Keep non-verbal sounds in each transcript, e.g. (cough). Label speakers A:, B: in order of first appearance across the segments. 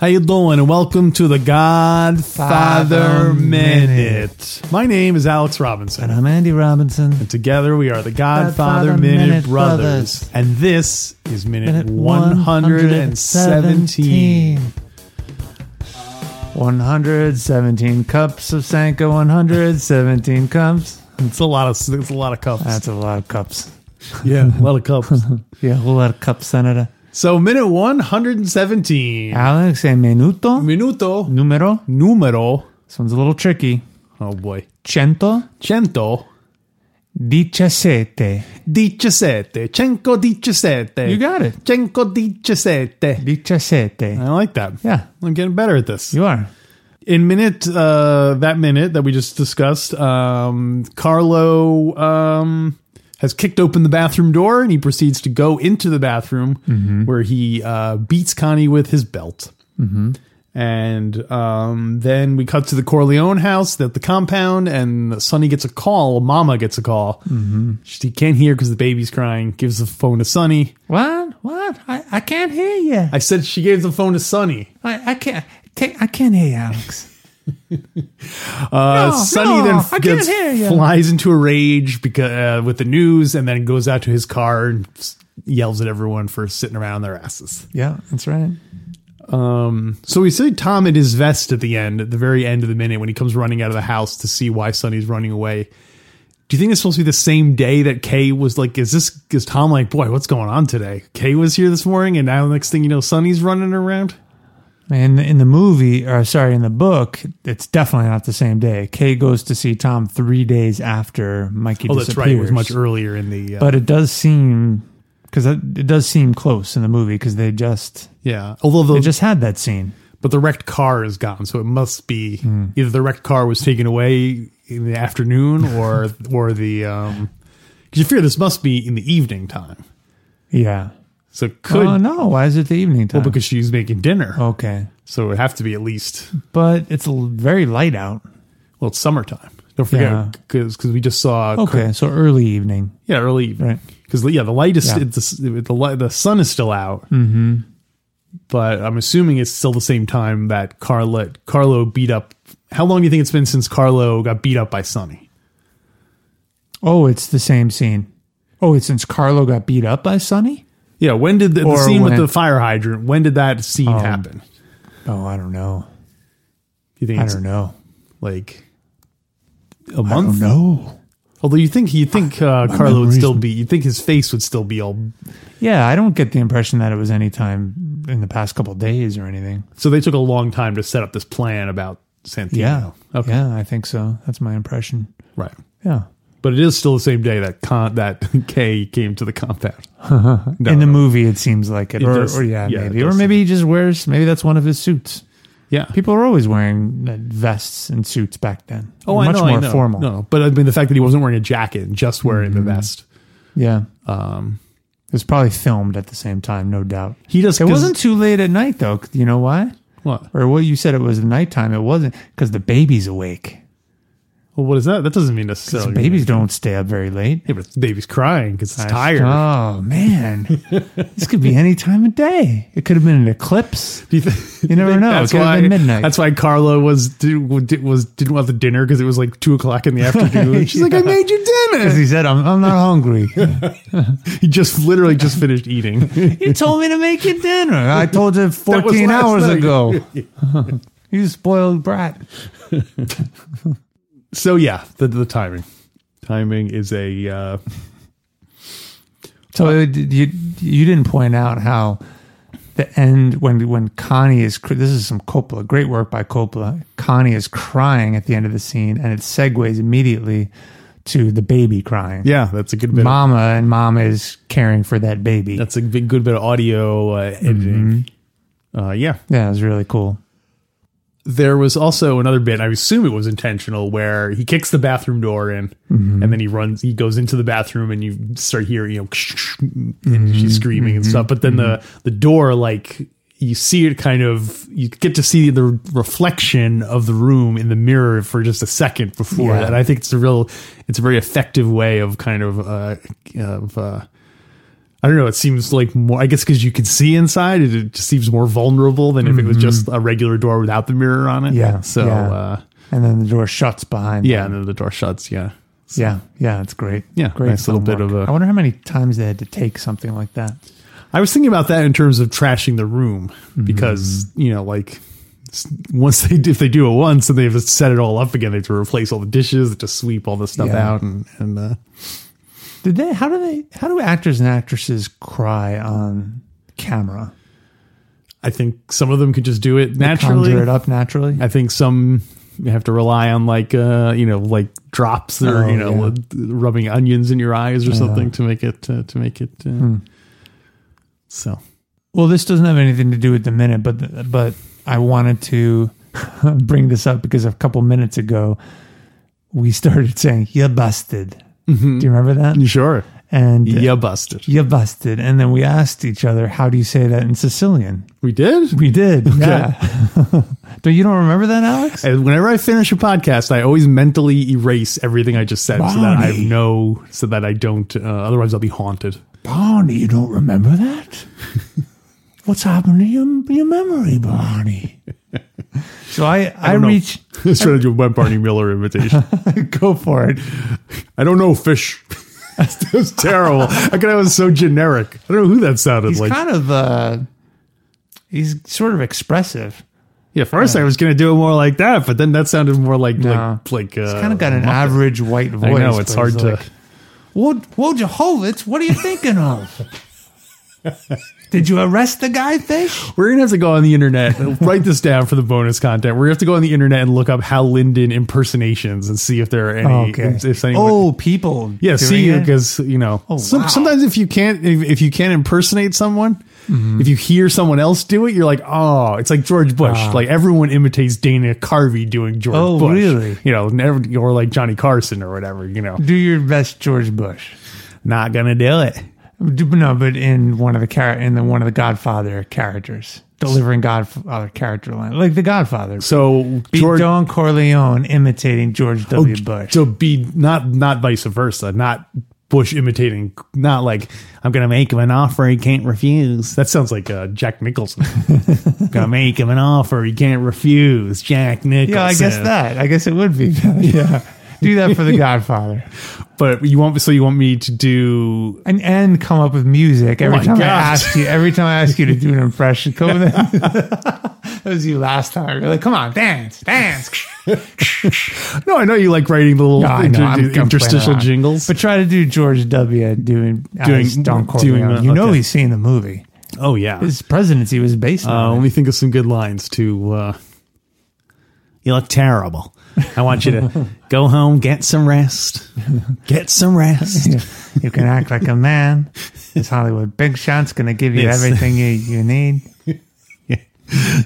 A: How you doing? And welcome to the Godfather
B: Father
A: Minute. My name is Alex Robinson,
B: And I'm Andy Robinson.
A: and together we are the Godfather,
B: Godfather
A: Minute,
B: Minute
A: Brothers.
B: Brothers.
A: And this is minute,
B: Minute
A: 117.
B: 117 cups of Sanka, 117 cups.
A: It's a lot of it's a lot of cups.
B: That's a lot of cups.
A: (laughs) yeah, a lot of
B: (laughs)
A: cups.
B: Yeah, a whole lot of cups, Senator.
A: so minute 117.
B: Alex, a minuto.
A: Minuto
B: Numero.
A: numero.
B: This one's a little tricky.
A: Oh boy.
B: Cento
A: Cento
B: diciassette.
A: diciassette. Cinco diciassette.
B: You got it.
A: Cinco diciassette.
B: Diciassette.
A: I like that.
B: Yeah,
A: I'm getting better at this.
B: you are.
A: in minute uh that minute that we just discussed um carlo um has kicked open the bathroom door and he proceeds to go into the bathroom where he uh beats connie with his belt and um then we cut to the corleone house that the compound and sonny gets a call mama gets a call she can't hear because the baby's crying gives the phone to sonny
B: What? What? I, I can't hear you.
A: i said she gave the phone to sonny
B: I, I can't. Take, I can't hear you, Alex.
A: Uh,
B: No,
A: Sonny
B: no,
A: then
B: I can't
A: gets,
B: hear you.
A: flies into a rage because uh, with the news, and then goes out to his car and s- yells at everyone for sitting around on their asses.
B: Yeah, that's right.
A: So we see Tom in his vest at the end, at the very end of the minute, when he comes running out of the house to see why Sonny's running away. Do you think it's supposed to be the same day that Kay was like? Is this is Tom like? Boy, what's going on today? Kay was here this morning, and now the next thing you know, Sonny's running around.
B: In in the movie, or sorry, in the book, it's definitely not the same day. Kay goes to see Tom three days after Mikey
A: Oh, that's
B: disappears.
A: right. It was much earlier in the. Uh,
B: but it does seem because it does seem close in the movie because they just
A: yeah, although the
B: they just had that scene.
A: but the wrecked car is gone, so it must be
B: Hmm.
A: either the wrecked car was taken away in the afternoon or
B: (laughs)
A: or the um 'cause you fear this must be in the evening time.
B: Yeah.
A: So it could
B: oh no! Oh. Why is it the evening time?
A: because she's making dinner,
B: okay,
A: so it would have to be at least
B: but it's l- very light out.
A: well it's summertime. Don't
B: Yeah.
A: forget because we just saw
B: Okay, so early evening.
A: yeah early evening
B: Right.
A: because yeah the light is
B: Yeah.
A: it's the the, light, the sun is still out. Mm-hmm. But I'm assuming it's still the same time that Carla Carlo beat up. How long do you think it's been since Carlo got beat up by Sonny?
B: Oh, it's the same scene. Oh, it's since Carlo got beat up by Sonny?
A: Yeah, when did the, the
B: Or
A: scene with
B: when- Um,
A: the fire hydrant? When did that scene happen? Do
B: Oh, I don't know.
A: you think
B: I
A: it's
B: don't know.
A: like a
B: I don't
A: month?
B: know.
A: Although you think you think uh,
B: my
A: Carlo would
B: memory's-
A: still be, you think his face would still be all.
B: Yeah, I don't get the impression that it was any time in the past couple days or anything.
A: So they took a long time to set up this plan about Santino.
B: Yeah.
A: okay,
B: Yeah, I think so. That's my impression.
A: right.
B: Yeah.
A: But it is still the same day that con- that (laughs) Kay came to the compound. No,
B: in the movie, it seems like it.
A: It
B: or,
A: does-
B: or yeah,
A: yeah, it
B: maybe. Or
A: does
B: maybe he just wears, maybe that's one of his suits.
A: Yeah.
B: People are always wearing uh, vests and suits back then.
A: oh, I
B: Much
A: know, I
B: more
A: know.
B: formal. Mm-hmm.
A: No, but I mean the fact that he wasn't wearing a jacket and just wearing the vest.
B: Yeah.
A: Um,
B: It was probably filmed at the same time, no doubt.
A: he just
B: It
A: 'cause-
B: wasn't too late at night, though. You know why?
A: What?
B: Or what you said it was nighttime. It wasn't because the baby's awake.
A: Well, what is that? That doesn't mean
B: So
A: necessarily.
B: babies don't stay up very late.
A: Yeah, but the baby's crying because it's tired.
B: Oh man, this could be any time of day. It could have been an eclipse.
A: Do you, thi-
B: You never
A: think
B: know. It
A: That's
B: could have
A: why
B: been midnight.
A: That's why Carla was di- was didn't want the dinner because it was like two o'clock
B: (laughs)
A: in the afternoon. She's like, I made you
B: Because
A: dinner.
B: he said, "I'm, I'm not hungry."
A: He just literally just finished eating.
B: (laughs)
A: (laughs)
B: you told me to make you dinner. I told you 14
A: last
B: hours
A: night.
B: ago. (laughs) you spoiled brat.
A: so yeah, the, the timing, timing is a uh,
B: So it, you you didn't point out how the end when when Connie is cr- this is some Coppola great work by Coppola. Connie is crying at the end of the scene, and it segues immediately to the baby crying.
A: yeah. That's a good bit. Of,
B: Mama and mama is caring for that baby.
A: that's a
B: Mm-hmm.
A: big, good bit of audio uh, editing. Uh, yeah,
B: yeah, it was really cool.
A: there was also another bit. I assume it was intentional, where he kicks the bathroom door in, and then he runs. He goes into the bathroom, and you start hearing, you know, and she's screaming and stuff. But then the the door, like you see it, kind of you get to see the reflection of the room in the mirror for just a second before
B: Yeah.
A: that. I think it's a real, it's a very effective way of kind of uh, of. Uh, I don't know. It seems like more. I guess because you could see inside, it, it just seems more vulnerable than if it was just a regular door without the mirror on it.
B: Mm-hmm. Yeah,
A: So yeah,
B: yeah.
A: uh,
B: and then the door shuts behind.
A: yeah
B: them.
A: and then the door shuts. Yeah.
B: yeah, yeah. It's great.
A: Yeah,
B: great.
A: nice little bit
B: filmwork.
A: of a-
B: I wonder how many times they had to take something like that.
A: I was thinking about that in terms of trashing the room because
B: Mm-hmm.
A: you know, like s- once they do, if they do it once and they have to set it all up again, they have to replace all the dishes, they have to sweep all the stuff
B: Yeah.
A: out, and and uh,
B: Did they? How do they? How do actors and actresses cry on camera?
A: I think some of them could just do it
B: They
A: naturally.
B: conjure it up naturally.
A: I think some have to rely on like uh you know like drops or
B: Oh,
A: you know
B: yeah.
A: rubbing onions in your eyes or something to make it uh, to make it uh,
B: Hmm.
A: so
B: Well, this doesn't have anything to do with the minute, but but I wanted to (laughs) bring this up because a couple minutes ago we started saying "you busted." Do you remember that?
A: sure
B: And
A: yeah,
B: uh,
A: busted
B: "you busted," and then we asked each other, "How do you say that in Sicilian?"
A: we did
B: We did. Yeah. (laughs) do you don't remember that, Alex?
A: and Uh, whenever I finish a podcast I always mentally erase everything I just said so that I have
B: Bonnie.
A: no so that I don't uh, otherwise I'll be haunted (laughs)
B: Barney, you don't remember (laughs) that? What's happened to your, your memory, Barney? (laughs) So I, I,
A: don't know.
B: reach,
A: I was trying to do a Barney Miller invitation
B: (laughs) go for it.
A: I don't know fish (laughs) that was terrible I could that was so generic I don't know who that sounded
B: He's
A: like
B: kind of, uh, he's sort of expressive.
A: Yeah, first I was gonna do it more like that, but then that sounded more like
B: No.
A: like like uh,
B: He's kind of got an average white voice.
A: I know it's
B: but
A: hard
B: he's
A: to.
B: like, Whoa, whoa, Jehovah's, what are you thinking (laughs) of? Did you arrest the guy,
A: (laughs)
B: Fish?
A: We're gonna have to go on the internet. (laughs) write this down for the bonus content. We're gonna have to go on the internet and look up Hal Linden impersonations and see if there are any. If, if anyone,
B: Oh, people.
A: yeah,
B: doing
A: see
B: it?
A: because you know some,
B: wow.
A: sometimes if you can't if, if you can't impersonate someone,
B: Mm-hmm.
A: if you hear someone else do it, you're like, oh, it's like George Bush. Like everyone imitates Dana Carvey doing George
B: Ah. Oh,
A: Bush.
B: really?
A: You know, never or like Johnny Carson or whatever. You know,
B: Do your best, George Bush.
A: not gonna do it.
B: Do- No, but in one of the char- in the one of the Godfather characters, delivering Godfather character line, like the Godfather.
A: So
B: Be
A: George. Oh,
B: Don Corleone imitating George W. Bush.
A: So be not not vice versa, not Bush imitating, not like I'm gonna make him an offer he can't refuse. That sounds like uh, Jack (laughs) Nicholson. gonna make him an offer he can't refuse. Jack Nicholson.
B: yeah, I guess that. I guess it would be. (laughs) yeah, do that
A: (laughs)
B: for the Godfather,
A: But you want so you want me to do?
B: and and come up with music every
A: Oh my
B: time I
A: God.
B: ask you. Every time I ask you to do an impression, come
A: (laughs)
B: with (laughs) that was you last time. You're like, come on, dance, dance.
A: (laughs) No, I know you like writing the little
B: No, I know,
A: inter-
B: I'm- I'm playing
A: interstitial
B: around.
A: jingles.
B: But try to do George W. doing doing Ah, uh, Don Corleone.
A: doing the-
B: you know
A: okay.
B: he's seen the movie.
A: oh yeah,
B: His presidency was based on.
A: Uh, let me think of some good lines to. Uh, you look terrible. I want you (laughs) to go home, get some rest, get some rest.
B: Yeah. you can act like a man. This Hollywood big shot's going to give you
A: Yes.
B: everything you, you need.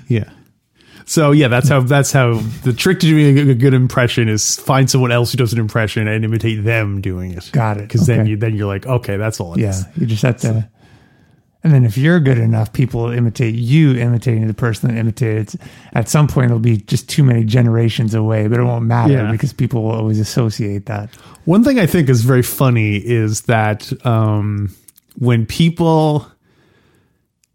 A: Yeah. So yeah, that's how that's how the trick to doing a good- a good impression is find someone else who does an impression and imitate them doing it.
B: Got it.
A: Because then
B: Okay.
A: you then you're like, okay, that's all. it is.
B: Yeah, you just have to. And then if you're good enough, people will imitate you imitating the person that imitated. At some point, it'll be just too many generations away, but it won't matter
A: Yeah.
B: because people will always associate that.
A: One thing I think is very funny is that um, when people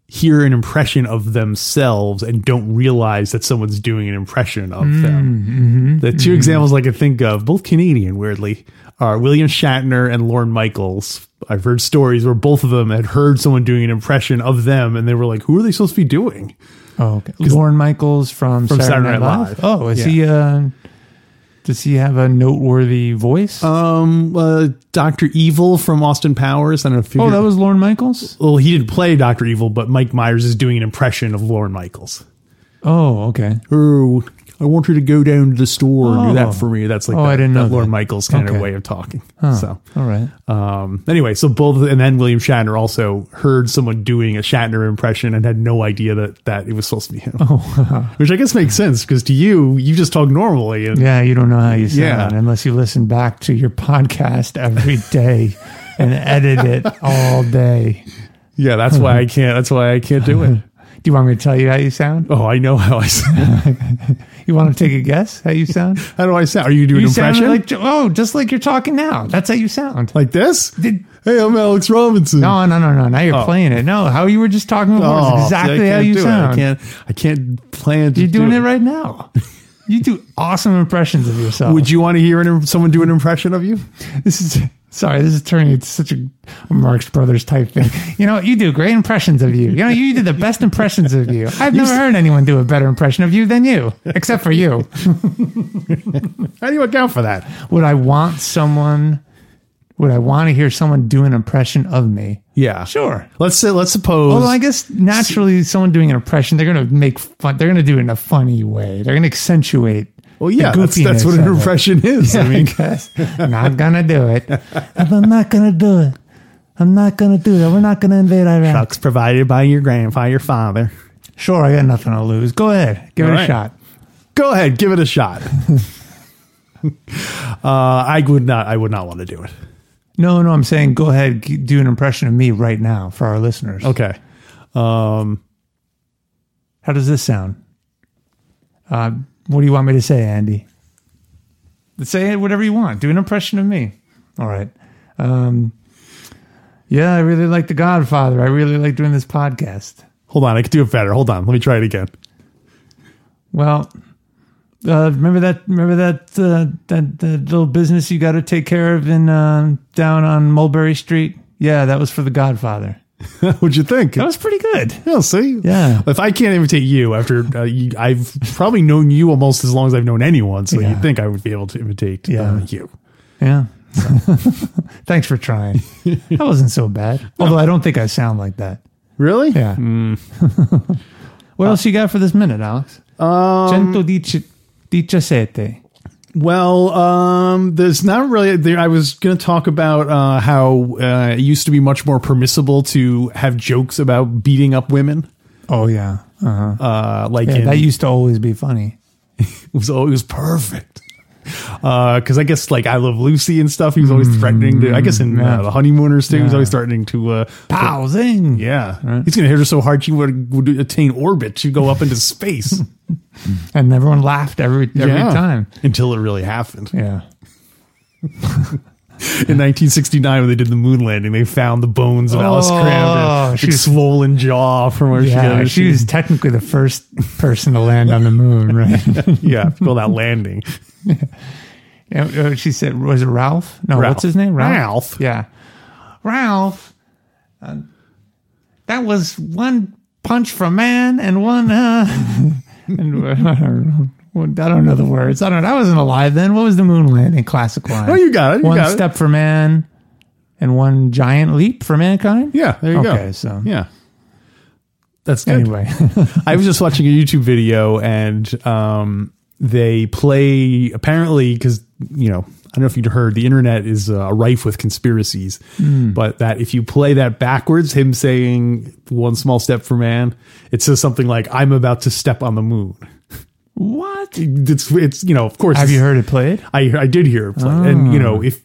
A: hear an impression of themselves and don't realize that someone's doing an impression of them. The 2 examples I could think of, both Canadian, weirdly, are William Shatner and Lorne Michaels. I've heard stories where both of them had heard someone doing an impression of them, and they were like, "Who are they supposed to be doing?"
B: Oh, okay. Lauren Michaels from,
A: From
B: Saturday, Night, Live. Oh, is he? Uh, does he have a noteworthy voice?
A: Um, uh, Doctor Evil from Austin Powers. I don't know if you
B: oh, that was Lauren Michaels.
A: well, he didn't play Doctor Evil, but Mike Myers is doing an impression of Lauren Michaels.
B: Oh, okay.
A: Ooh, I want you to go down to the store and do
B: Oh.
A: that for me. That's like
B: Oh,
A: that,
B: I didn't
A: that
B: know that.
A: Lorne Michaels kind
B: Okay.
A: of way of talking.
B: Huh.
A: So
B: all right.
A: um, anyway, so both and then William Shatner also heard someone doing a Shatner impression and had no idea that that it was supposed to be him.
B: Oh.
A: (laughs) Which I guess makes sense because to you, you just talk normally and
B: Yeah, you don't know how you sound
A: Yeah.
B: unless you listen back to your podcast every day and edit it all day.
A: yeah, that's why I can't. That's why I can't do
B: (laughs)
A: it.
B: Do you want me to tell you how you sound?
A: Oh, I know how I. sound.
B: You want to take a guess how you sound?
A: How do I sound? Are you doing
B: you
A: impression
B: sound
A: like,
B: like oh, just like you're talking now. That's how you sound.
A: this?
B: Did-
A: hey, I'm Alex Robinson.
B: No, no, no, no. Now you're
A: Oh.
B: playing it. No, how you were just talking before
A: Oh, see,
B: is
A: I
B: exactly how
A: can't
B: you
A: do it. I
B: sound.
A: can't. I can't plan. To
B: You're doing
A: do
B: it right now. You do awesome impressions of yourself.
A: Would you want to hear an, someone do an impression of you?
B: this is sorry. This is turning into such a Marx Brothers type thing. You know, you do great impressions of you. You know, you did the best impressions of you. I've never heard anyone do a better impression of you than you, except for you.
A: How do you account for that?
B: Would I want someone? Would I want to hear someone do an impression of me?
A: Yeah,
B: Sure.
A: Let's say. Let's suppose.
B: Although I guess naturally, someone doing an impression, they're going to make fun. They're going to do it in a funny way. They're going to accentuate.
A: well, yeah,
B: the
A: that's, that's
B: goofiness
A: what an
B: of it.
A: impression is. I
B: (laughs) I
A: mean,
B: guess. not gonna do
A: (laughs)
B: it. I'm not gonna do it. I'm not gonna do that. We're not gonna invade Iraq.
A: Trucks provided by your grandfather, your father.
B: Sure, I got nothing to lose. Go ahead, give
A: All
B: it a
A: right.
B: shot.
A: Go ahead, give it a shot. (laughs) uh, I would not. I would not want to do it.
B: No, no, I'm saying go ahead, g- do an impression of me right now for our listeners.
A: Okay. Um,
B: How does this sound? Uh, what do you want me to say, Andy? Say whatever you want. Do an impression of me. All right. Um, yeah, I really like The Godfather. I really like doing this podcast.
A: hold on. I could do it better. Hold on. Let me try it again. (laughs)
B: Well, uh, remember that remember that uh, that that little business you got to take care of in uh, down on Mulberry Street? Yeah, that was for The Godfather.
A: What'd you think?
B: That was pretty good.
A: Yeah, see?
B: Yeah.
A: If I can't imitate you after uh, you, I've probably known you almost as long as I've known anyone, so
B: Yeah.
A: you'd think I would be able to imitate
B: Yeah.
A: uh, you.
B: Yeah. (laughs) Thanks for (laughs) trying. That wasn't so bad. Although I don't think I sound like that.
A: Really?
B: Yeah. Hmm. (laughs) what else you got for this minute, Alex? Um, 117.
A: Well, um, there's not really. There, I was going to talk about uh, how uh, it used to be much more permissible to have jokes about beating up women.
B: Oh yeah. Uh-huh.
A: Uh, like
B: Yeah,
A: in-
B: that used to always be funny.
A: it was always perfect. Because I guess like I love Lucy and stuff. He was always threatening to. I guess in
B: Mm-hmm. yeah.
A: uh, the honeymooners too, he was always threatening to uh,
B: Pow, zing.
A: Yeah. He's going to hit her so hard she would, would attain orbit. She'd go up into space.
B: And everyone laughed every (laughs) every time.
A: Until it really happened.
B: Yeah.
A: In 1969, when they did the moon landing, they found the bones of Alice
B: Oh,
A: Cram,
B: she
A: big
B: was-
A: swollen jaw from where
B: Yeah,
A: she,
B: she was technically the first person to land on the moon, (laughs) right?
A: (laughs) yeah, well, that landing.
B: And, uh, she said, was it Ralph? No,
A: Ralph.
B: what's his name?
A: Ralph.
B: Yeah. Ralph. Uh, that was one punch from man and one, uh, (laughs) and, uh, (laughs) I don't know. I don't know the words. I don't. I wasn't alive then. What was the moon landing? Classic line.
A: Oh, you got it. You
B: one
A: got
B: step for man, and one giant leap for mankind.
A: it. Yeah, there you go.
B: Okay, so-
A: yeah. That's good.
B: Anyway, (laughs)
A: I was just watching a YouTube video and um, they play apparently because you know I don't know if you would heard the internet is uh, rife with conspiracies, but that if you play that backwards, him saying one small step for man, it says something like I'm about to step on the moon.
B: what
A: It's it's you Ah. know of course
B: have you
A: it's-
B: heard it played?
A: I I did hear it play. and you know if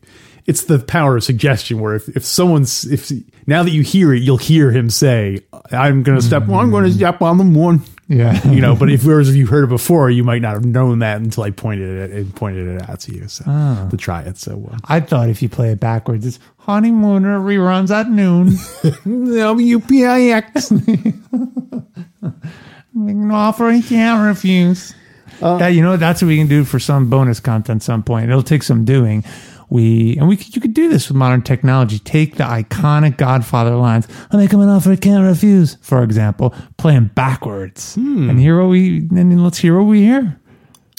A: it's the power of suggestion where if, if someone's if now that you hear it you'll hear him say I'm gonna step I'm gonna step on the moon
B: Yeah.
A: you know, but if whereas if you heard it before, you might not have known that until I pointed it and pointed it out to you. So to try it. So uh,
B: (laughs) I thought if you play it backwards, it's honeymooner reruns at noon.
A: WPIX.
B: An offer you can't refuse.
A: Uh,
B: that, you know that's what we can do for some bonus content some point. It'll take some doing. We and we could, you could do this with modern technology. Take the iconic Godfather lines. I make him an offer he can't refuse. For example, play 'em backwards.
A: Hmm.
B: And here what we and let's hear what we hear.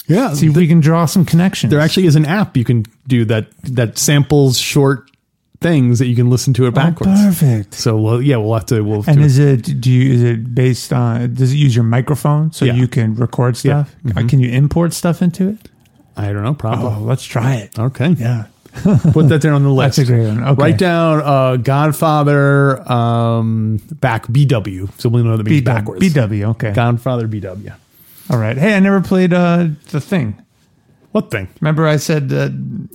A: Yeah.
B: See if we can draw some connections.
A: there actually is an app you can do that that samples short things that you can listen to it backwards.
B: Oh, perfect.
A: So well, yeah, we'll have to. We'll have
B: And
A: to
B: is it do you is it based on does it use your microphone so
A: Yeah.
B: you can record
A: Yeah. Mm-hmm.
B: stuff? Uh, Can you import stuff into it?
A: I don't know.
B: Oh,
A: Probably.
B: let's try it.
A: Okay.
B: Yeah.
A: Put that down on the list.
B: That's a great one. Okay.
A: Write down uh, Godfather um, back BW. So we know that means
B: B-
A: backwards.
B: BW, okay.
A: Godfather BW.
B: All right. Hey, I never played uh the thing.
A: What thing?
B: Remember, I said uh,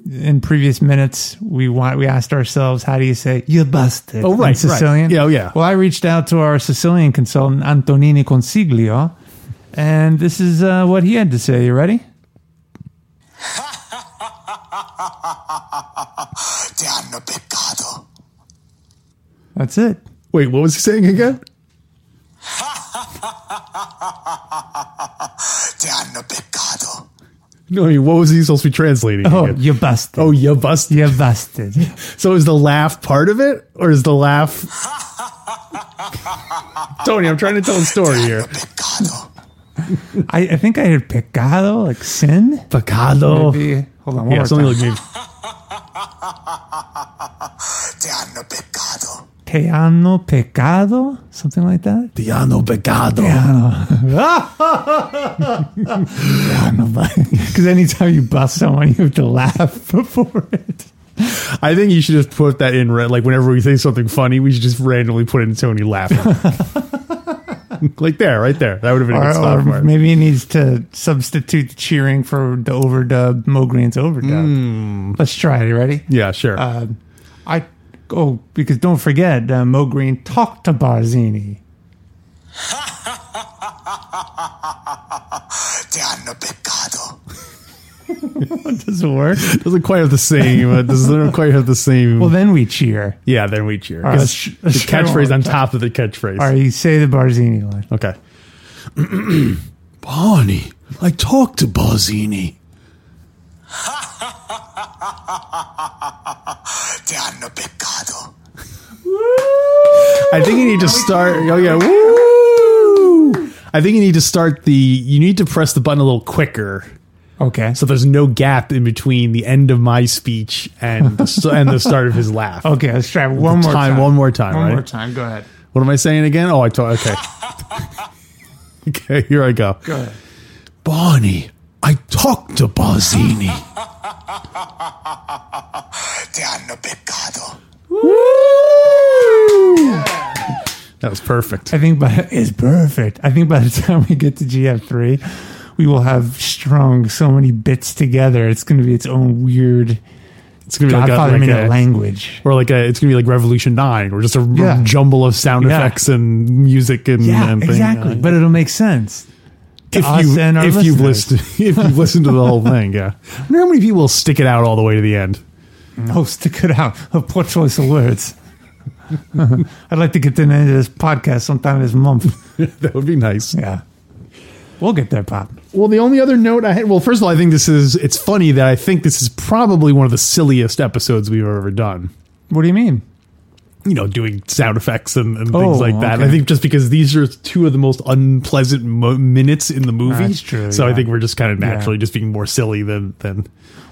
B: in previous minutes we want we asked ourselves, how do you say "you busted"?
A: Oh, right,
B: in
A: right.
B: Sicilian.
A: Yeah, oh, yeah.
B: Well, I reached out to our Sicilian consultant Antonini Consiglio, and this is uh, what he had to say. You ready?
C: Ti hanno beccato.
B: That's it.
A: Wait, what was he saying again?
C: Ti hanno beccato.
A: No, I mean, what was he supposed to be translating?
B: Oh,
A: again?
B: you busted.
A: oh, you bust.
B: you busted.
A: So is the laugh part of it, or is the laugh? Tony, I'm trying to tell a story here.
C: Beccato.
B: I, I think I heard pecado, like sin. Oh.
A: Picado.
B: Maybe. Hold on, one
A: Yeah,
B: more
A: something
B: time.
A: like maybe.
C: Ti hanno beccato.
B: Te hanno pecado, something like that.
A: Piano picado.
B: (laughs) Because anytime you bust someone, you have to laugh (laughs) before it.
A: I think you should just put that in red. Like whenever we say something funny, we should just randomly put in Tony
B: (laughs)
A: laughing. like there, right there. That would have been a good
B: Or,
A: spot
B: or
A: for it.
B: maybe he needs to substitute the cheering for the overdub, Mo Green's overdub.
A: Hmm.
B: Let's try it. You ready?
A: Yeah, sure.
B: Uh, I oh because don't forget uh, Mo Green talked to Barzini. (laughs)
C: Ti hanno beccato.
B: Does it work?
A: doesn't quite have the same. Uh, doesn't quite have the same.
B: well, then we cheer.
A: yeah, then we cheer. 'Cause
B: right, let's-
A: the
B: let's try one
A: catchphrase
B: more
A: on top of the catchphrase.
B: All right, you say the Barzini line.
A: Okay. Barney, I talked to Barzini.
C: Ti hanno beccato.
A: I think you need to start. Oh yeah, woo! I think you need to start the. You need to press the button a little quicker,
B: Okay.
A: so there's no gap in between the end of my speech and the, st- and the start of his
B: (laughs)
A: laugh.
B: okay, let's try it Oh, one more
A: Time,
B: time.
A: one more time,
B: One
A: right?
B: more time. Go ahead.
A: What am I saying again? Oh, I talk.
B: (laughs)
A: Okay. okay, here I go.
B: Go ahead.
A: Barney, I talked to
B: (laughs)
A: Barzini.
C: Ti hanno beccato.
A: That was perfect.
B: I think by (laughs) it's perfect. I think by the time we get to GF three, we will have strung so many bits together. It's going to be its own weird
A: It's gonna be like, a,
B: Godfather
A: like
B: minute
A: a-
B: language.
A: or like a, it's gonna be like Revolution Nine, or just a r-
B: Yeah.
A: jumble of sound
B: Yeah.
A: effects and music and,
B: Yeah,
A: and thing.
B: exactly.
A: Yeah.
B: But it'll make sense. to
A: if
B: us
A: you
B: and our
A: if you've
B: listeners.
A: listened (laughs) if you've listened to the whole thing, yeah. I wonder how many people will stick it out all the way to the end. (laughs)
B: No, Oh, stick it out. A poor choice of words. (laughs) I'd like to get to the end of this podcast sometime this month. (laughs)
A: That would be nice.
B: Yeah. We'll get there, Pop.
A: Well, the only other note I had. Well, first of all, I think this is. It's funny that I think this is probably one of the silliest episodes we've ever done.
B: What do you mean?
A: You know, doing sound effects and, and
B: Oh,
A: things like that.
B: okay.
A: I think just because these are two of the most unpleasant mo- minutes in the movie.
B: That's true,
A: So
B: yeah.
A: I think we're just kind of naturally just being more silly than than.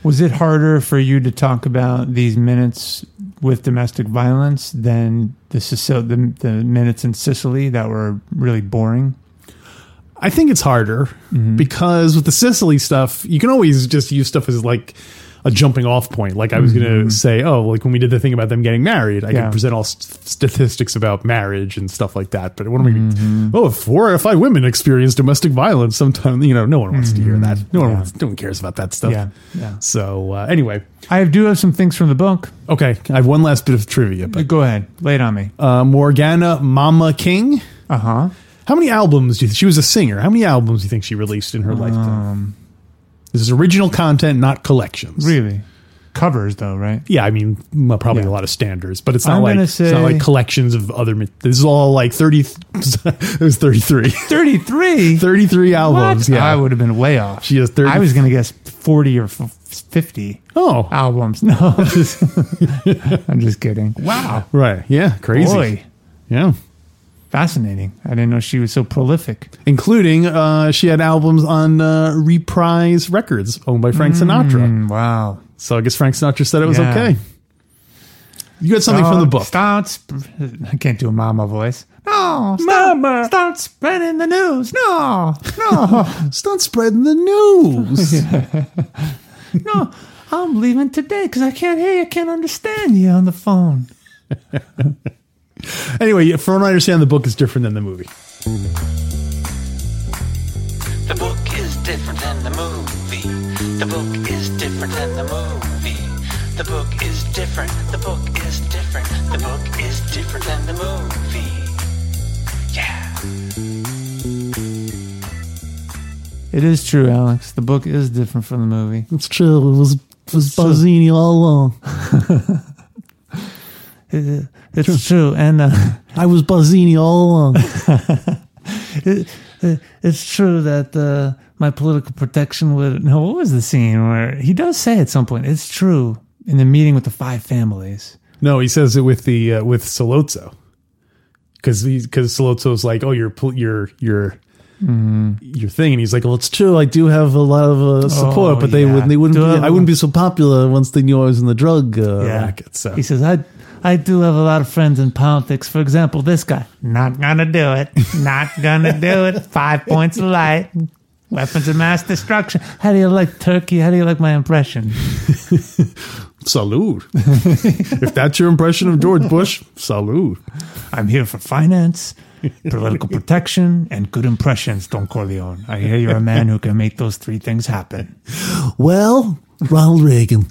B: Was it harder for you to talk about these minutes with domestic violence than the, Sicil- the, the minutes in Sicily that were really boring?
A: I think it's harder
B: Mm-hmm.
A: because with the Sicily stuff, you can always just use stuff as like a jumping off point. Like I was going to say, oh, like when we did the thing about them getting married, I
B: Mm-hmm. Yeah.
A: could present all st- statistics about marriage and stuff like that. But what am I?
B: Mm-hmm.
A: Oh, four out of five women experience domestic violence sometime. You know, no one wants to hear that. No one, wants, no one cares about that stuff.
B: Mm-hmm. Yeah, yeah.
A: So uh, anyway,
B: I do have some things from the book.
A: okay, I have one last bit of trivia. But
B: Go ahead. Lay it on me.
A: uh, Morgana Mama King,
B: Uh huh.
A: how many albums do you? She was a singer. How many albums do you think she released
B: Um,
A: in her lifetime? This is original content, not collections.
B: Really? Covers, though, right?
A: Yeah, I mean, m- probably
B: Yeah.
A: a lot of standards, but it's not
B: I'm
A: like
B: gonna
A: it's not
B: say-
A: like collections of other. ma- This is all like thirty. (laughs) it was (laughs) 33. (laughs)
B: 33?
A: 33 albums. Yeah.
B: I would have been way off.
A: She has 30
B: I was going to guess 40 or f- 50
A: oh,
B: albums. No, (laughs) I'm just, I'm just kidding. Wow.
A: right. Yeah, crazy.
B: Boy,
A: Yeah,
B: fascinating. I didn't know she was so prolific.
A: including uh, she had albums on uh, Reprise
B: Mm.
A: Records, owned by Frank Sinatra.
B: Wow.
A: So I guess Frank Sinatra said it was
B: Yeah.
A: okay. You got something from
B: Uh,
A: the book.
B: Start. sp- Um, I can't do a mama voice. No, stop,
A: Mama.
B: Start spreading the news. No, no,
A: Start spreading the
B: (laughs)
A: news.
B: no. I'm leaving today because I can't hear you. Can't understand you on the phone.
A: anyway, from what I understand, the book is different than the movie.
D: The book is different than the movie. The book is different than the movie. The book is different. The book is different. The book is different than the movie. Yeah.
B: It is true, Alex. The book is different from the movie.
A: It's true. It was, it was Barzini all along.
B: It- it's true, and uh, (laughs)
A: I was Barzini all along.
B: it, it, it's true that uh, my political protection would. No, what was the scene where he does say at some point? It's true in the meeting with the five families.
A: (laughs) No, he says it with the uh, with Solozzo, because because Solozzo's like, oh, your pol- your your your thing, and he's like, well, it's true, I do have a lot of uh, support,
B: Oh,
A: but they
B: yeah.
A: wouldn't they wouldn't be,
B: Duh.
A: I wouldn't be so popular once they knew I was in the drug uh, racket. So
B: He says, I I do have a lot of friends in politics. For example, this guy. Not gonna do it. Not gonna do it. Five points of light. Weapons of mass destruction. How do you like Turkey? How do you like my impression?
A: (laughs) salute. if that's your impression of George Bush, salute.
B: I'm here for finance, political protection, and good impressions, Don Corleone. I hear you're a man who can make those three things happen.
A: Well, Ronald Reagan.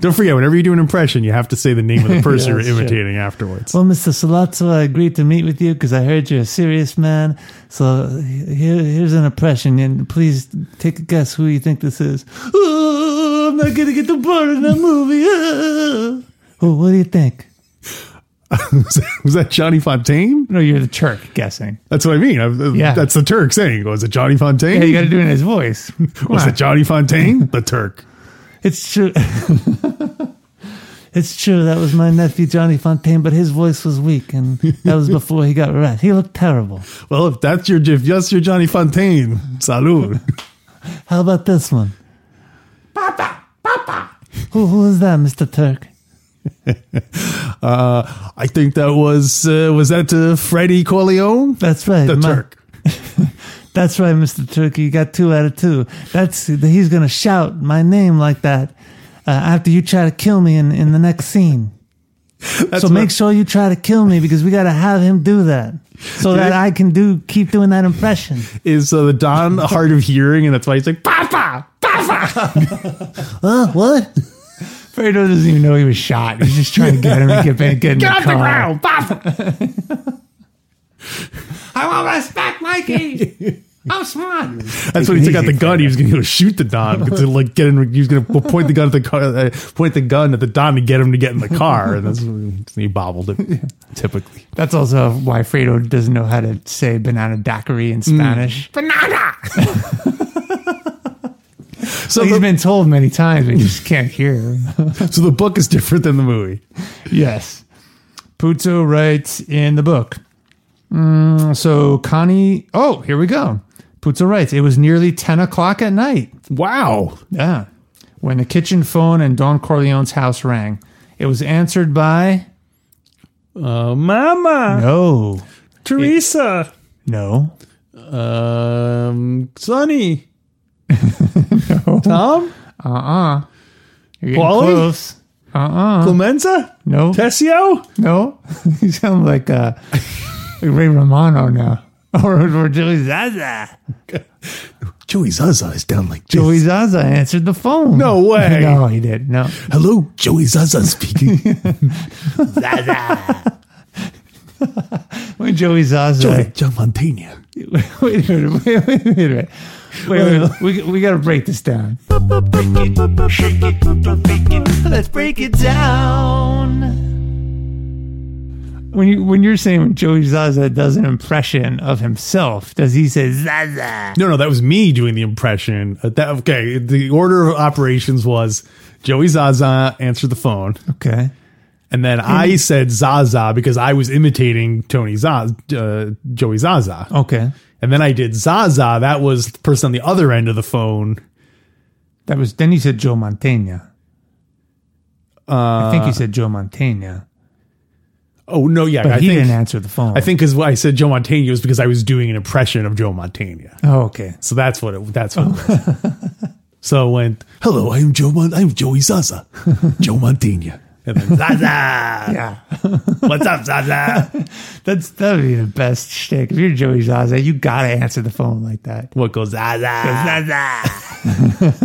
A: Don't forget, whenever you do an impression, you have to say the name (laughs) of the person
B: that's
A: you're
B: true.
A: imitating afterwards.
B: Well, Mr. Salazzo, I agreed to meet with you because I heard you're a serious man. So here, here's an impression, and please take a guess who you think this is. Oh, I'm not going to get the part in that movie. (laughs) Oh. Well, what do you think?
A: (laughs) was, that, was that Johnny Fontaine?
B: No, you're the Turk guessing.
A: That's what I mean. I,
B: Yeah.
A: That's the Turk saying. Was it Johnny Fontaine?
B: Yeah, you got to do it (laughs) in his voice. Come
A: (laughs) was
B: on.
A: it Johnny (laughs) Fontaine? the Turk.
B: It's true. (laughs) it's true. That was my nephew Johnny Fontaine, but his voice was weak, and that was before he got rat. He looked terrible.
A: Well, if that's your if that's your Johnny Fontaine, (laughs) salud.
B: How about this one? Papa, Papa. Who who is that, Mister Turk?
A: Uh, I think that was uh, was that uh, Freddie Corleone,
B: That's right,
A: the
B: my-
A: Turk.
B: That's right, Mister Turk. You got two out of two. That's he's gonna shout my name like that uh, after you try to kill me in, in the next scene. so
A: what-
B: make sure you try to kill me because we gotta have him do that, so that I can do keep doing that impression.
A: Is uh, the Don hard of hearing, and that's why he's like Papa.
B: Huh? What? Fredo doesn't even know he was shot. He's just trying to get him to get, back, get in the car. I want respect, Mikey. I'm smart.
A: That's when he took out the gun. He was going to go shoot the (laughs) Don to like get him. He was going to point the gun at the car, uh, point the gun at the Don to get him to get in the car, and that's when he bobbled it. Typically.
B: That's also why Fredo doesn't know how to say banana daiquiri in Spanish.
A: So
B: (laughs) He's
A: the,
B: been told many times, but he just can't hear.
A: so the book is different than the movie.
B: yes. Puto writes in the book. Mm, so Connie, oh, here we go. Puto writes, it was nearly 10 o'clock at night.
A: Wow.
B: Yeah. When the kitchen phone in Don Corleone's house rang, it was answered by
A: Uh, Mama,
B: no,
A: Teresa,
B: no,
A: um, (laughs) Sonny, Tom,
B: You're getting
A: Wally?
B: close.
A: Clemenza,
B: No,
A: Tessio.
B: no. (laughs) you sound like uh, Ray Romano now, (laughs) or, or Joey Zaza.
A: Joey Zaza is down like Joey.
B: Joey Zaza answered the
A: (laughs)
B: phone.
A: No way.
B: no, he did. No,
A: Hello, Joey Zaza (laughs) speaking.
B: when Joey Zaza.
A: John Montana.
B: (laughs) wait a minute. Wait, wait, wait a minute. Wait, wait, wait. We we gotta break this down. Let's break it down. When you when you're saying when Joey Zaza does an impression of himself, does he say Zaza?
A: No, no, that was me doing the impression. Uh, that okay? The order of operations was Joey Zaza answered the phone,
B: Okay.
A: and then
E: Mm-hmm.
A: I said Zaza because I was imitating Tony Zaza, uh, Joey Zaza.
B: Okay.
A: And then I did Zaza. That was the person on the other end of the phone.
B: That was then he said Joe Montana.
E: I think you
A: Uh,
E: said Joe Montaigne,
A: Oh no, yeah,
E: but
A: I
E: he
A: think
E: didn't answer the phone.
A: I think because I said Joe Montaigne was because I was doing an impression of Joe Montaigne.
E: Oh, okay.
A: So that's what it, that's what. It was.
E: (laughs)
A: so I went, "Hello, I am Joe. Mon- I'm Joey Zaza, Joe Montaigne." And then Zaza,
E: (laughs) Yeah,
A: (laughs) what's up, Zaza?
E: that's that would be the best shtick. If you're Joey Zaza, you gotta answer the phone like that.
A: What goes Zaza?
E: (laughs)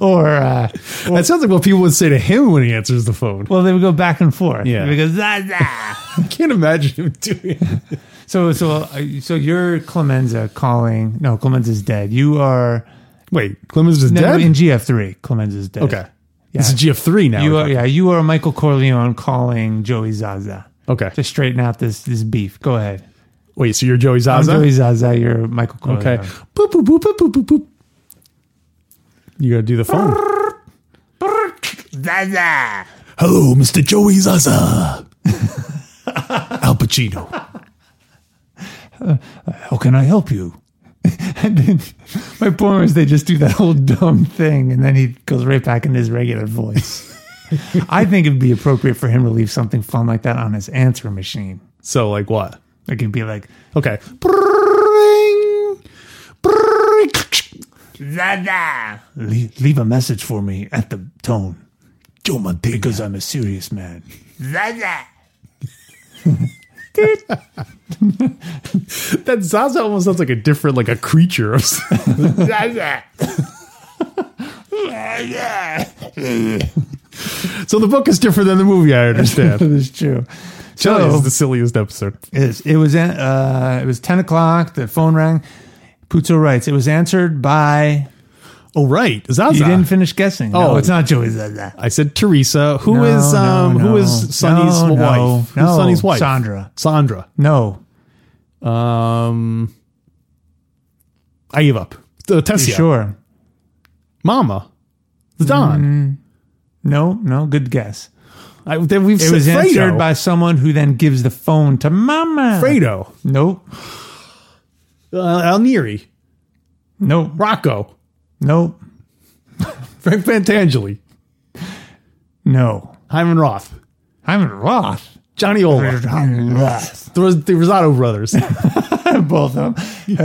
E: Or uh,
A: That sounds like what people would say to him when he answers the phone.
E: well, they would go back and forth.
A: Yeah.
E: because Zaza.
A: (laughs) I can't imagine him doing. It.
E: So so uh, so you're Clemenza calling. No, Clemenza's dead. You are
A: Wait, Clemens is
E: no,
A: dead.
E: in GF three. Clemenza's dead.
A: okay, this is GF three now.
E: You are yeah. You are Michael Corleone calling Joey Zaza
A: Okay.
E: to straighten out this this beef. Go ahead.
A: Wait, so you're Joey
E: I'm
A: Zaza?
E: Joey Zaza. You're Michael
A: okay.
E: Corleone.
A: Boop boop boop boop boop boop boop. You gotta do the phone.
E: (laughs) Zaza.
A: Hello, Mr. Joey
E: (laughs)
A: Zaza. Al Pacino.
E: How "Oh, can I help you? (laughs) and then my point was they just do that whole dumb thing, and then he goes right back in his regular voice. I think it'd be appropriate for him to leave something fun like that on his answer machine.
A: So, like, what?
E: Like it'd be like,
A: Okay. Bring. Bring.
E: Le- leave a message for me at the tone
A: Joe Montaigne.
E: because I'm a serious man.
A: That Zaza almost sounds like a different, like a creature. of s- so the book is different than the movie. I understand.
E: (laughs) that is true.
A: Telling you, this
E: So
A: is the silliest episode.
E: it, is- it was an- uh, it was ten o'clock. The phone rang. Puto writes. It was answered by.
A: Oh right, Zaza.
E: You didn't finish guessing. No,
A: Oh.
E: it's not Joey Zaza.
A: I said Teresa. Who
E: No,
A: is um?
E: no,
A: Who
E: no.
A: is Sonny's
E: No,
A: wife?
E: no,
A: Who's
E: no.
A: Sonny's wife?
E: Sandra.
A: Sandra.
E: No,
A: Um, I give up. Uh, Tessia.
E: sure.
A: Mama. The
E: Mm.
A: Don.
E: No, no. Good guess.
A: I, then we've
E: It
A: said
E: was
A: Fredo.
E: answered by someone who then gives the phone to Mama.
A: Fredo.
E: Nope.
A: Uh, Alniri.
E: Nope.
A: Rocco.
E: Nope.
A: Frank Fantangeli.
E: No.
A: Hyman Roth.
E: Hyman Roth.
A: Johnny Ola.
E: Hyman Roth.
A: the, Ros- the Rosado (laughs) brothers.
E: (laughs) Both of them.
A: (laughs)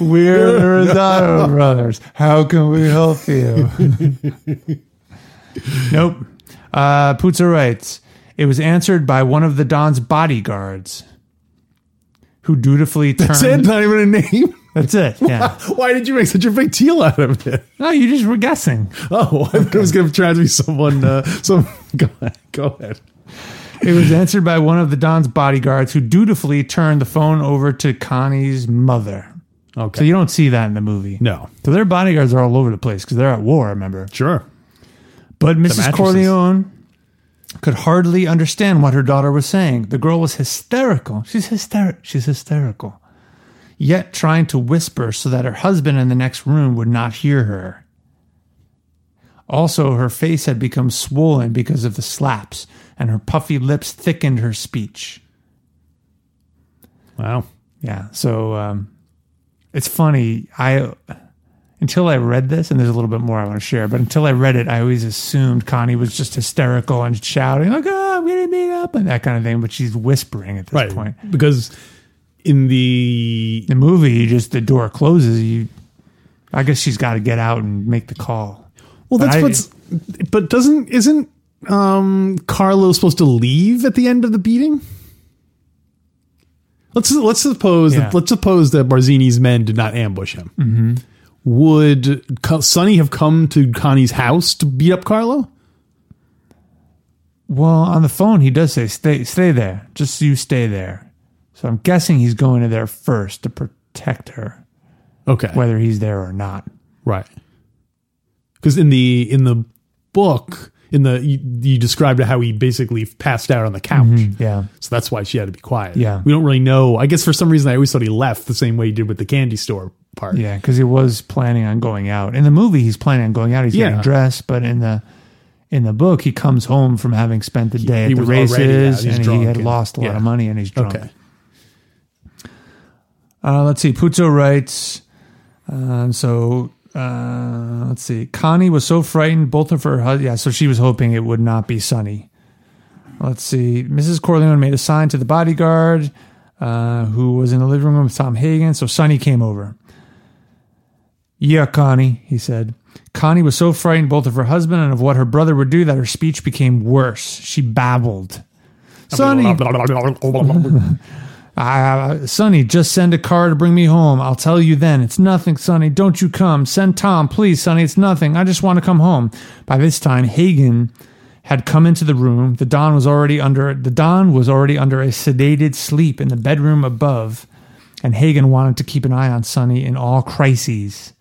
E: We're the Rosado brothers. How can we help you? (laughs) nope. Uh, Putzer writes It was answered by one of the Don's bodyguards who dutifully turned.
A: That's it? Not even a name? (laughs)
E: That's it. Yeah.
A: Why did you make such a big deal out of it? (laughs)
E: no, you just were guessing.
A: Oh, I thought it was going to try to be someone. Uh, (laughs) some go ahead. Go ahead.
E: It was answered by one of the Don's bodyguards who dutifully turned the phone over to Connie's mother.
A: Okay.
E: So you don't see that in the movie.
A: no.
E: So their bodyguards are all over the place because they're at war, remember?
A: Sure.
E: But Mrs.
A: mattresses.
E: Corleone could hardly understand what her daughter was saying. The girl was hysterical. She's hysterical. She's hysterical. Yet trying to whisper so that her husband in the next room would not hear her. Also, her face had become swollen because of the slaps, and her puffy lips thickened her speech.
A: Wow.
E: Yeah. So um, it's funny. I until I read this, and there's a little bit more I want to share, but until I read it, I always assumed Connie was just hysterical and shouting like, "Oh, I'm gonna beat up" and that kind of thing. But she's whispering at this
A: Right.
E: point.
A: Because in the
E: The movie, you just the door closes. You, I guess she's got to get out and make the call.
A: Well,
E: But
A: that's
E: I-
A: what's. But doesn't isn't um Carlo supposed to leave at the end of the beating? Let's let's suppose
E: Yeah.
A: that let's suppose that Barzini's men did not ambush him. Mm-hmm. Would Co- Sonny have come to Connie's house to beat up Carlo?
E: Well, on the phone, he does say, "Stay, stay there. Just you stay there." So I'm guessing he's going to there first to protect her,
A: Okay,
E: whether he's there or not.
A: right. Because in the in the book in the you, you described how he basically passed out on the couch.
E: Yeah.
A: So that's why she had to be quiet.
E: Yeah.
A: We don't really know. I guess for some reason I always thought he left the same way he did with the candy store part.
E: Yeah, because he was planning on going out. In the movie, he's planning on going out. He's
A: Yeah.
E: getting dressed, but in the in the book, he comes home from having spent the day
A: he
E: at the
A: was already out.
E: races,
A: He's
E: and he
A: drunk
E: had
A: and-
E: lost a lot
A: yeah.
E: of money, and he's drunk.
A: (laughs) Okay.
E: Uh, let's see. Puto writes. Um, so Uh, let's see. Connie was so frightened, both of her hus- yeah. So she was hoping it would not be sunny. Let's see. Mrs. Corleone made a sign to the bodyguard, uh, who was in the living room with Tom Hagen. So Sonny came over. Yeah, Connie, he said. Connie was so frightened both of her husband and of what her brother would do that her speech became worse. She babbled. (laughs) Sonny, I, Sonny, just send a car to bring me home. I'll tell you then. It's nothing, Sonny. Don't you come. Send Tom, please, Sonny. It's nothing. I just want to come home. By this time, Hagen had come into the room. The Don was already under the Don was already under a sedated sleep in the bedroom above, and Hagen wanted to keep an eye on Sonny in all crises.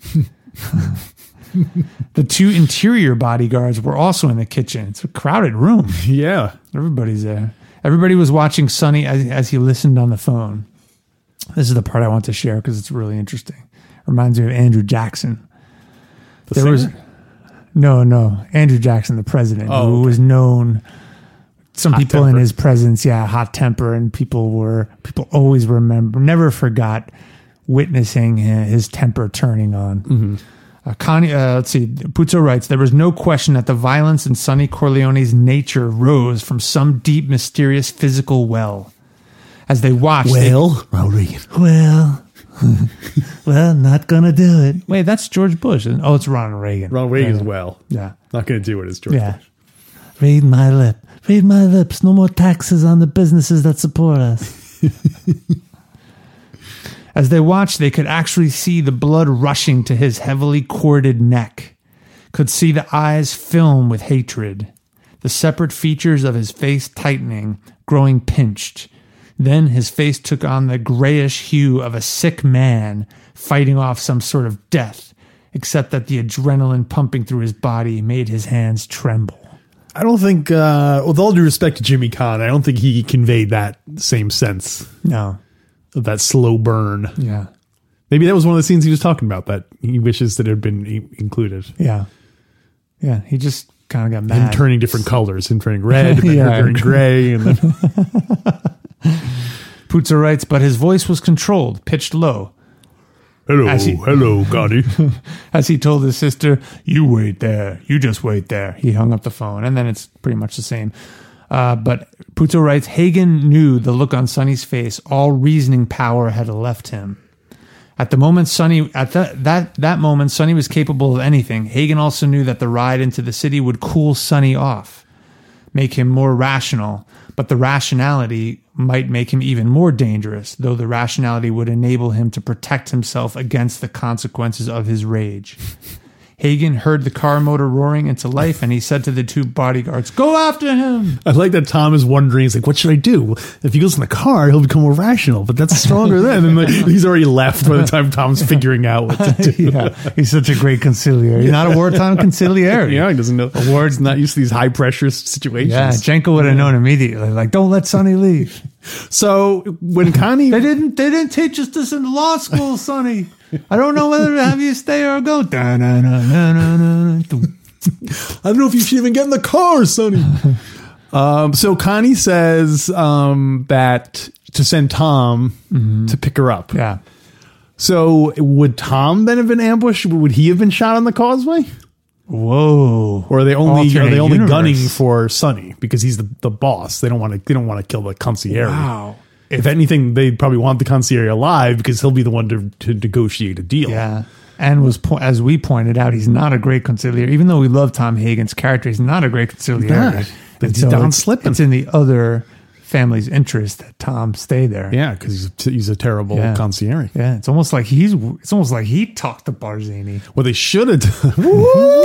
E: the two interior bodyguards were also in the kitchen. It's a crowded room.
A: Yeah.
E: Everybody's there. Everybody was watching Sonny as, as he listened on the phone. This is the part I want to share because it's really interesting. Reminds me of Andrew Jackson.
A: The
E: There was no, no Andrew Jackson, the president,
A: Oh,
E: who
A: okay.
E: was known. Some
A: Hot
E: people in
A: temper.
E: his presence, yeah, hot temper, and people were people always remember, never forgot witnessing hi- his temper turning on.
A: Mm-hmm.
E: Uh, Connie, uh, let's see. Puzo writes There was no question that the violence in Sonny Corleone's nature rose from some deep, mysterious physical well. As they watched. they-
A: Rodriguez.
E: (laughs) well, well, not gonna do it. Wait, that's George Bush. isn't- Oh, it's Ronald Reagan.
A: Ron Reagan's well.
E: Yeah.
A: Not going to do it as George.
E: Yeah. Read my lip. Read my lips. No more taxes on the businesses that support us. As they watched, they could actually see the blood rushing to his heavily corded neck, could see the eyes film with hatred, the separate features of his face tightening, growing pinched. Then his face took on the grayish hue of a sick man fighting off some sort of death, except that the adrenaline pumping through his body made his hands tremble.
A: I don't think, uh, with all due respect to Jimmy Kahn, I don't think he conveyed that same sense
E: No.
A: of that slow burn.
E: Yeah.
A: Maybe that was one of the scenes he was talking about that he wishes that had been i- included.
E: Yeah. Yeah. He just kind of got
A: Him
E: mad.
A: turning different colors, him turning
E: (laughs)
A: red, and then
E: Yeah.
A: turning
E: (laughs)
A: gray, and then
E: Putzer writes, but his voice was controlled, pitched low,
A: hello,
E: As he-
A: hello, Gotti.
E: as he told his sister, You wait there. You just wait there. He hung up the phone. And then it's pretty much the same. Uh, but Puto writes, Hagen knew the look on Sonny's face. All reasoning power had left him. At the moment, Sonny at the, that that moment, Sonny was capable of anything. Hagen also knew that the ride into the city would cool Sonny off, make him more rational. But the rationality might make him even more dangerous, though the rationality would enable him to protect himself against the consequences of his rage. (laughs) Hagen heard the car motor roaring into life, and he said to the two bodyguards, "Go after him!"
A: I like that Tom is wondering. He's like, "What should I do? Well, If he goes in the car, he'll become more rational." But that's stronger then, and like, (laughs) he's already left by the time Tom's figuring out what to do.
E: (laughs) yeah, he's such a great conciliator. He's not a wartime
A: (laughs)
E: conciliator. (laughs)
A: Yeah, he doesn't know. Award's not used to these high pressure s- situations.
E: Yeah, Jenko would have known immediately. Like, don't let Sonny leave.
A: So when Connie,
E: (laughs) They didn't. They didn't teach us this in law school, Sonny. I don't know whether to have you stay or go. Da, na, na, na, na, na, na, dum.
A: I don't know if you should even get in the car, Sonny. um, so Connie says um, that to send Tom to pick her up.
E: (laughs) Mm-hmm. Yeah.
A: So would Tom then have been ambushed? Would he have been shot on the causeway?
E: Whoa.
A: Or are they only are they
E: Alternate
A: only
E: universe.
A: gunning for Sonny because he's the, the boss? They don't want to they don't want to kill the concierge.
E: Wow.
A: If anything, they probably want the concierge alive because he'll be the one to, to negotiate a deal.
E: Yeah. And was po- as we pointed out, he's not a great conciliator. Even though we love Tom Hagen's character, he's not a great conciliator.
A: not. He's
E: so
A: down
E: it's-
A: slipping.
E: It's in the other family's interest that Tom stay there.
A: Yeah, because he's, he's a terrible
E: Yeah.
A: concierge.
E: Yeah, it's almost like he's. It's almost like he talked to Barzini.
A: What they should have done, (laughs) Woo!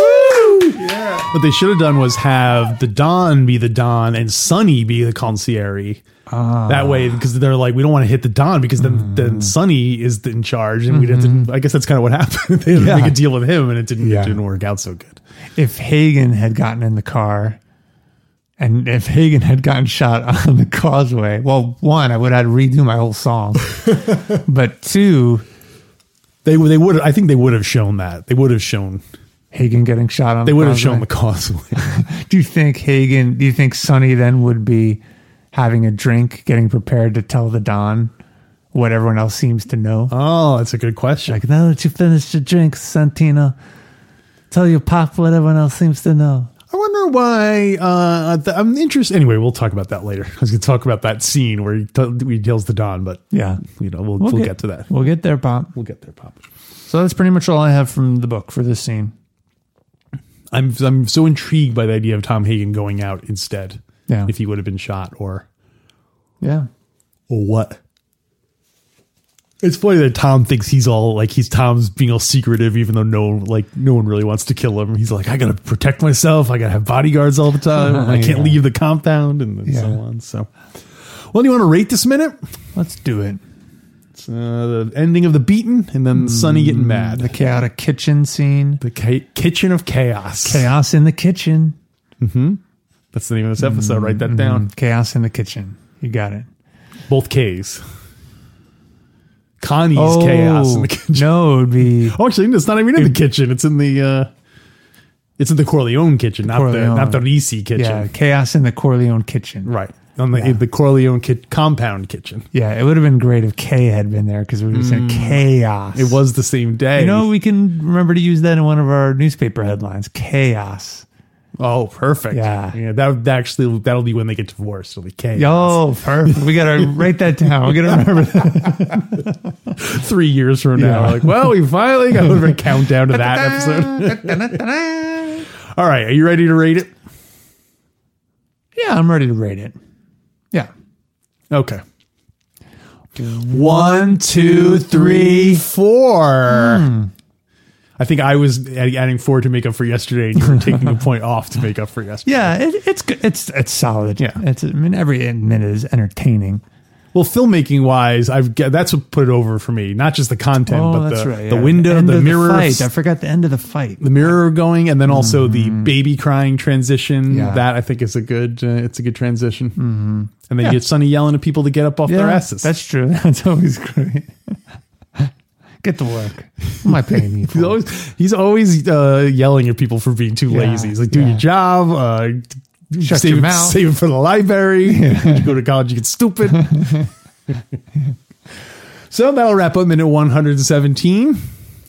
A: what they should have done was have the Don be the Don and Sonny be the concierge.
E: Ah.
A: that way, because they're like, we don't want to hit the Don because then
E: Mm.
A: then Sonny is in charge, and we'd have to. I guess that's kind of what happened. (laughs) they had
E: Mm-hmm. Yeah.
A: to make a deal with him, and it didn't
E: Yeah.
A: it didn't work out so good.
E: If Hagen had gotten in the car, and if Hagen had gotten shot (laughs) on the causeway, well, one, I would have had to redo my
A: (laughs)
E: whole song, but two,
A: They would- they would I think they would have shown that they would have shown
E: Hagen getting shot on.
A: they
E: the
A: would have
E: causeway.
A: shown the causeway. (laughs)
E: Do you think Hagen? Do you think Sonny then would be having a drink, getting prepared to tell the Don what everyone else seems to know.
A: Oh, that's a good question.
E: Like, Uh, now that you finished your drink, Santino, tell your pop what everyone else seems to know.
A: I wonder why. Uh, th- I'm interested. Anyway, we'll talk about that later. I was going to talk about that scene where he, t- he tells the Don, but
E: Yeah.
A: you know, we'll, we'll, get, to that.
E: We'll get there, Pop.
A: We'll get there, Pop.
E: So that's pretty much all I have from the book for this scene.
A: I'm I'm so intrigued by the idea of Tom Hagen going out instead.
E: Yeah.
A: If he would have been shot or
E: Yeah.
A: or what. It's funny that Tom thinks he's all like he's Tom's being all secretive, even though no like no one really wants to kill him. He's like, I gotta protect myself. I gotta have bodyguards all the time. (laughs) I can't
E: Yeah.
A: leave the compound and
E: Yeah.
A: so on. So, well, do you want to rate this minute?
E: Let's do it.
A: It's, uh, the ending of the beaten, and then Sonny getting mad.
E: The chaotic kitchen scene.
A: Mm, The ca- kitchen of chaos.
E: Chaos in the kitchen.
A: That's the name of this episode. Write that down.
E: Hmm. Chaos in the kitchen. You got it.
A: Both K's. Connie's
E: Oh.
A: chaos in the kitchen.
E: No, it would (laughs) be
A: Oh, actually, it's not even in the kitchen. It's in the uh, it's in the Corleone kitchen, not
E: Corleone.
A: the not the Risi kitchen.
E: yeah, chaos in the Corleone kitchen.
A: Right on the the Corleone kit compound kitchen.
E: Yeah, it would have been great if K had been there because we would have said chaos.
A: It was the same day.
E: You know, we can remember to use that in one of our newspaper headlines. Chaos.
A: oh, perfect.
E: Yeah.
A: yeah. That, that actually that'll be when they get divorced. It'll be chaos.
E: Yo, perfect. We gotta write that down. We gotta remember that.
A: Three years from now,
E: Yeah.
A: like, well, we finally got
E: (laughs)
A: a countdown to that episode. (laughs) All right, are you ready to rate it?
E: yeah, I'm ready to rate it. Yeah.
A: Okay. One, two, three, four. Hmm. I think I was add- adding four to make up for yesterday, and you were taking a point off to make up for yesterday.
E: Yeah, it, it's good. It's it's solid.
A: Yeah.
E: it's. I mean, every minute is entertaining.
A: Well, filmmaking wise, I've g- that's what put it over for me. Not just the content,
B: Oh,
A: but the, the
E: Oh, yeah.
A: window,
E: end
A: the,
E: of
A: mirror,
E: fight. I forgot the end of the fight.
A: the mirror going, and then also the baby crying transition.
E: Yeah.
A: That I think is a good. Uh, it's a good transition. And then you get Sonny yelling at people to get up off their asses.
E: That's true. (laughs) That's always great. Get to work. What am I paying you for?
A: He's always he's always uh, yelling at people for being too
E: Yeah,
A: lazy. He's like, do
E: yeah.
A: your job, uh,
E: Shut
A: save,
E: your
A: it-
E: mouth.
A: save it for the
E: (laughs)
A: library. you go to college, you get stupid. so that'll wrap up minute one hundred and seventeen.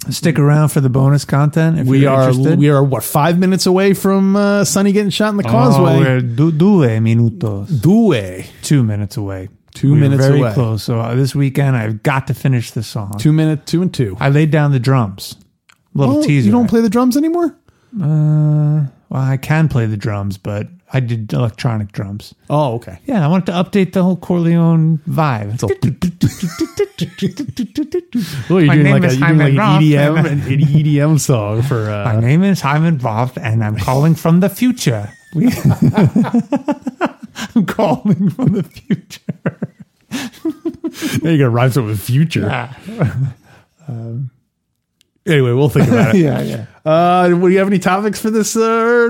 E: Stick around for the bonus content. If
A: We
E: you're
A: are
E: interested.
A: we are what five minutes away from uh, Sonny getting shot in the
E: Oh,
A: causeway.
E: we're du- due minutos.
A: Due.
E: Two minutes away.
A: Two
E: We're
A: minutes
E: very
A: away.
E: close. So uh, this weekend, I've got to finish the song.
A: Two minute two and two.
E: I laid down the drums. Little
A: Oh,
E: teaser.
A: you don't play the drums anymore?
E: Uh, well, I can play the drums, but I did electronic drums.
A: Oh, (laughs) okay.
E: Yeah, I wanted to update the whole Corleone vibe.
A: Well, you're
E: My
A: doing
E: name
A: like, a,
E: is
A: you're doing like an
E: Hyman Roth,
A: EDM, an
E: and-
A: EDM song for uh,
E: My name is Hyman Roth, and I'm calling from the future. We- (laughs) I'm calling from the future.
A: Now you gotta rhyme something with future. (laughs) Um, Anyway, we'll think about it.
E: (laughs) yeah, yeah.
A: Uh, do you have any topics for this uh,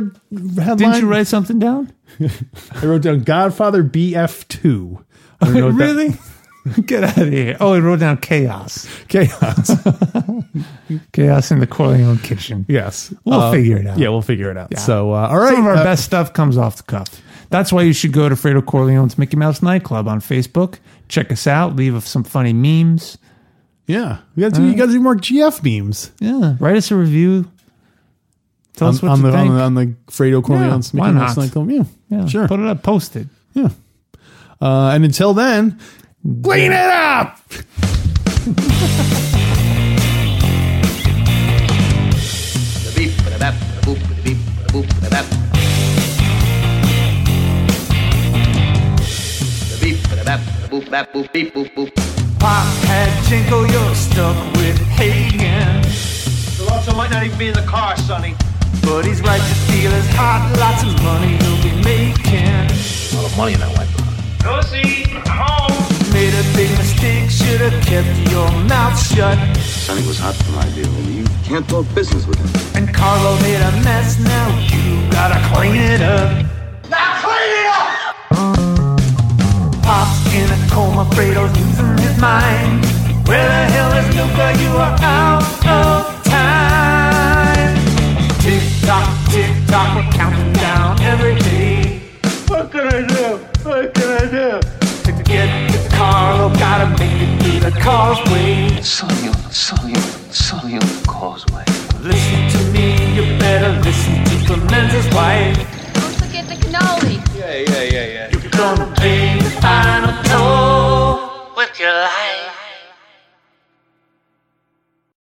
A: headline?
E: Didn't you write something down?
A: I wrote down Godfather BF2. I
E: (laughs)
A: don't know what that- (laughs)
E: really? Get out of here. Oh, I wrote down chaos.
A: Chaos.
E: Chaos in the Corleone kitchen.
A: (laughs) yes.
E: We'll
A: Uh,
E: figure it out.
A: Yeah, we'll figure it out. So, uh, all right.
E: Some of our
A: uh,
E: best stuff comes off the cuff. That's why you should go to Fredo Corleone's Mickey Mouse Nightclub on Facebook. Check us out. Leave us some funny memes.
A: Yeah. You gotta, do, you gotta do more GF memes
E: Yeah. Write us a review. Tell
A: on,
E: us what
A: on
E: you
A: the, on
E: think.
A: the on the Fredo Corleone's
E: why
A: Mickey Mouse
E: not?
A: Nightclub. oh, Yeah,
E: yeah.
A: sure.
E: Put it up. Post it.
A: yeah. Uh, and until then, clean it up.
F: beep, ba da bap, ba da boop, ba da beep, ba da boop, ba da bap. Ba beep, ba da bap, ba da boop, bap, boop, beep, boop, boop.
G: Pop had Jinko, you're stuck with Hagen. Alonso might not even be in the car, Sonny. But he's right to steal his heart, lots of money he'll be making.
H: Pussy, home.
G: Made a big mistake, should have kept your mouth shut.
I: Sonny was hot for my deal. You can't talk business with him.
G: And Carlo made a mess, now you gotta clean it up. Pop's in a coma, Fredo's losing his mind. Where the hell is Luca? You are out of time. Tick tock, tick tock, we're counting down every day
H: What can I do? What can I do?
G: to get the Carlo gotta make it through the causeway.
F: Soil, soil, soil causeway.
G: Listen to me, you better listen to Clemenza's wife.
J: Don't forget the cannoli.